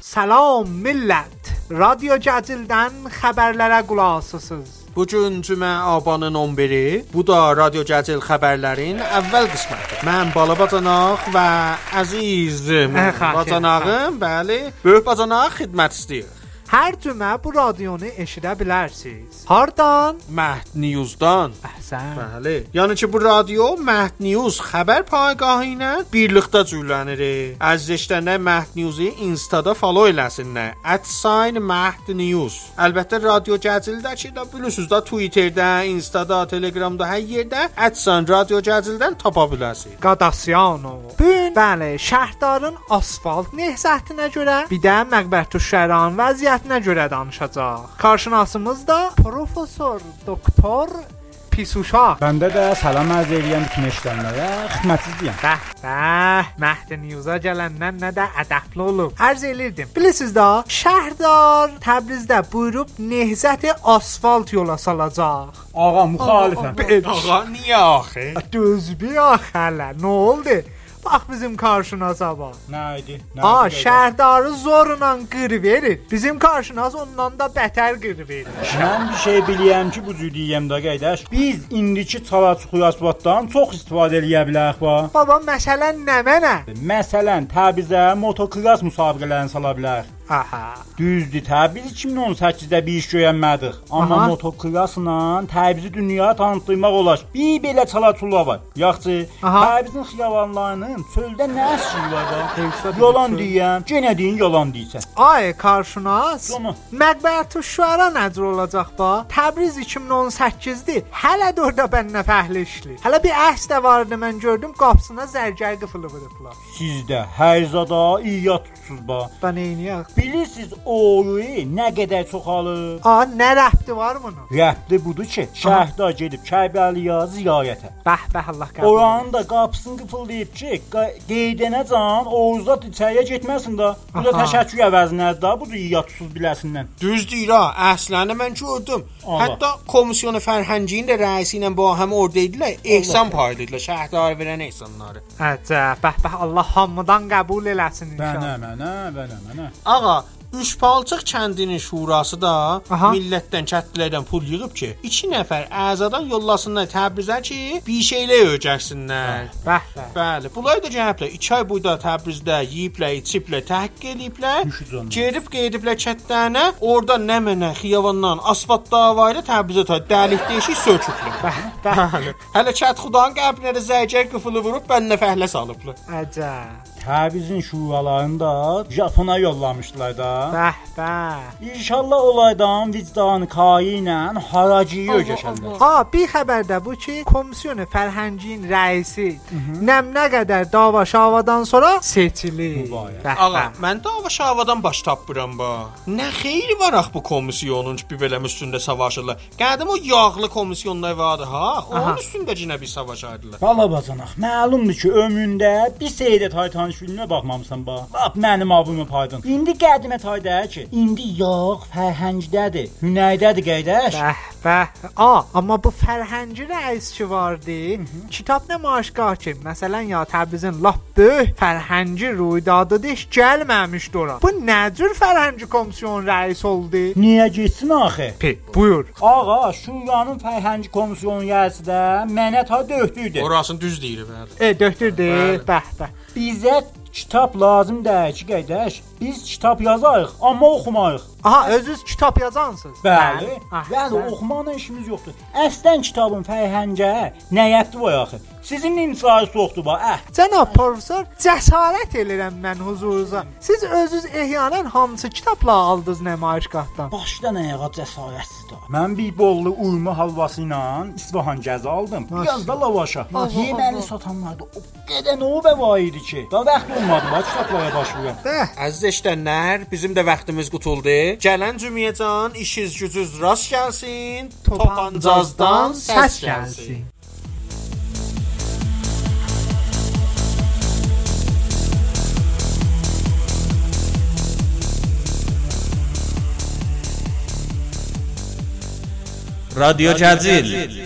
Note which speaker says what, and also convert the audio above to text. Speaker 1: Salam millət. Radyo Cəzildən xəbərlərə qulaq asasınız.
Speaker 2: Bu gün cümə abanın 11-i. Bu da Radio Cəzil xəbərlərin əvvəl qisməti. Mən bala bacanaq və əziz
Speaker 1: Ə, xahiş
Speaker 2: bacanağım, bəli, böyük bacanaq xidmət istəyir.
Speaker 1: Hər cümə bu radionu eşidə bilərsiniz. Hardan?
Speaker 2: Məhd News-dan.
Speaker 1: Əhsən.
Speaker 2: Bəli. Yəni ki, bu radio Məhd News xəbər paygahı ilə birlikdə cüylənir. Əziz eşidənlər Məhd News-u Instada follow eləsinlər. @mahdnews. Əlbəttə radio Cəzildə ki, də bilirsiniz də Twitterdə, Instada, Telegramda hər yerdə @radio Cəzildən tapa bilərsiniz.
Speaker 1: Qadasyanov. Bu gün bəli, şəhərdarın asfalt nehzətinə görə, bir də məqbətü şəran vəziyyətinə görə danışacaq. Qarşınasımız da professor doktor Pisuşa.
Speaker 3: بنده در سلام از ایریم که نشتنده خدمتی دیم
Speaker 1: Bəh, bəh, Məhdin Yuza gələndən nə də ədəbli olub. Arz elirdim. Bilirsiniz də, şəhərdar Təbrizdə buyurub nehzəti e asfalt yola salacaq.
Speaker 3: آقا مخالفم
Speaker 2: Ağa, niyə axı?
Speaker 1: Dözbü axələ, nə oldu? Bax bizim qarşınasa bax.
Speaker 3: نه ایدی نه
Speaker 1: A,
Speaker 3: ایدی.
Speaker 1: şəhərdarı zorla qır verir. Bizim qarşınaz ondan da bətər qır verir.
Speaker 3: Mən bir şey biliyəm ki, bu cüdiyəm də qeydaş. Biz indiki çalaçuxuy asbatdan çox istifadə eləyə bilərik va.
Speaker 1: Baba, məsələn nə mənə?
Speaker 3: Məsələn, Təbrizə motokross müsabiqələrini sala bilərik.
Speaker 1: Aha.
Speaker 3: Düzdür, Təbriz 2018-də bir iş görənmədik, amma
Speaker 1: Aha.
Speaker 3: motokrossla Təbrizi dünyaya tanıtmaq olar. Bir belə çalaçulla var. Yaxşı,
Speaker 1: Aha.
Speaker 3: Təbrizin xiyabanlarının çöldə nə əsiri var da? Yalan deyəm, yenə deyin yalan deyirsən.
Speaker 1: Ay karşınas.
Speaker 3: Cəmi.
Speaker 1: Məqbətü şüara nədir olacaq ba? Təbriz 2018-dir. Hələ də orada bənnə fəhləşli. Hələ bir əhs də vardı mən gördüm qapısına zərgər qıfılı vurublar.
Speaker 3: Siz də hər zada iya tutsuz ba.
Speaker 1: Bən eyniyək.
Speaker 3: Bilirsiniz oğlu nə qədər çoxalıb?
Speaker 1: A, nə rəhti var bunun?
Speaker 3: Rəbdə budur ki, şəhərdə gedib Kərbəliyə ziyarətə.
Speaker 1: Bəh bəh Allah qəbul. etsin.
Speaker 3: Oranın da qapısını qıfıldayıb ki, qa- qeydənəcən Oğuzda içəriyə getməsin də. Bu da
Speaker 1: Aha.
Speaker 3: təşəkkür əvəzinədir də, bu da yatsız biləsindən.
Speaker 2: Düz deyir ha, əslini mən gördüm.
Speaker 3: Allah.
Speaker 2: Hətta komissiyon fərhənginin də rəisi ilə bu həm orada idilər, ehsan paylayırdılar, şəhərdar verən ehsanları.
Speaker 1: Əcəb, bəh bəh Allah hamıdan qəbul eləsin inşallah.
Speaker 3: mənə, mənə, mənə.
Speaker 2: Ağa, Üçpalçıq kəndinin şurası da
Speaker 1: Aha.
Speaker 2: Aha. millətdən, kəndlilərdən pul yığıb ki, 2 nəfər əzadan yollasınlar Təbrizə ki, bir şeylə öyrəşsinlər.
Speaker 1: Bəh bəh.
Speaker 2: Bəli, bunlar da cənablar 2 ay boyda Təbrizdə yeyiblər, içiblər, təhqiq eləyiblər.
Speaker 3: Üşüdüm.
Speaker 2: Gedib gediblər kəndlərinə, orada nə mənə xiyavandan asfalt dava ilə Təbrizə ta dəlik deşik söküblər. Bəli. Hələ kənd xudanın qəbrinə də zərgər qıfılı vurub bənnə fəhlə salıblar.
Speaker 1: Əcəb.
Speaker 3: Təbrizin şuralarını da Japona yollamışdılar da.
Speaker 1: Bəh bəh.
Speaker 3: İnşallah olaydan vicdan kayi ilə haraciyi öyrəşərlər.
Speaker 1: Ha, bir xəbər də bu ki, komissiyon fərhəngin rəisi nəmnə qədər dava şavadan sonra seçilir.
Speaker 3: Mübarək.
Speaker 1: Bəh,
Speaker 2: Ağa,
Speaker 1: bəh.
Speaker 2: mən dava şavadan baş tapıram ba. Nə xeyri var ax bu komissiyonun ki, bir belə üstündə savaşırlar. Qədim o yağlı komissiyonlar vardı ha. Onun
Speaker 1: Aha.
Speaker 2: üstündə cinə bir savaşardılar.
Speaker 3: Bala bacanaq, məlumdur ki, ömründə bir seydə Taytan filminə baxmamısan ba. Lap mənim abımı paydın. İndi qədimə taydədir ki, indi yox, fərhəngdədir, hünərdədir qeydaş.
Speaker 1: Bəh, bəh. A, amma bu fərhəngi rəis ki vardı, kitab nümayişgah ki, məsələn, ya Təbrizin lap böyük fərhəngi ruidadı deş gəlməmişdi ora. Bu nə cür fərhəngi komissiyon rəis oldu?
Speaker 3: Niyə getsin axı?
Speaker 1: Pi, buyur.
Speaker 3: Ağa, şuranın fərhəngi komissiyonu yəsi də mənə ta döhdüydü.
Speaker 2: Orasını düz deyir bəli.
Speaker 1: E, döktürdü. Bəh, bəh.
Speaker 3: Bizə kitab lazımdır ki, qeydaş. Biz kitab yazarıq, amma oxumarıq.
Speaker 1: Aha, özünüz kitab yazansınız.
Speaker 3: Bəli.
Speaker 1: Ah,
Speaker 3: Bəli,
Speaker 1: bəli.
Speaker 3: oxumaqla işimiz yoxdur. Əslən kitabın fərhəngə nə yəqdi var axı? Sizin imzanı soxdu Eh, ba, əh.
Speaker 1: Cənab professor, cəsarət edirəm mən huzurunuza. Siz özünüz ehyanən hamısı kitabla aldınız nəmayişgahdan.
Speaker 3: Başdan ayağa cəsarətsizdir. Mən bir bollu uyma halvası ilə İsfahan gəzi aldım.
Speaker 1: Maşallah.
Speaker 3: Biraz da lavaşa. Yeməli satanlarda o qədər növbə var idi ki. Da vaxt olmadı, bax kitablara başlayıram.
Speaker 1: Bəh,
Speaker 2: Əziz eşidənlər, bizim də vaxtımız qutuldu. Gələn cümiyəcan işiz gücüz rast gəlsin. Topancazdan səs gəlsin.
Speaker 4: رادیو جزیل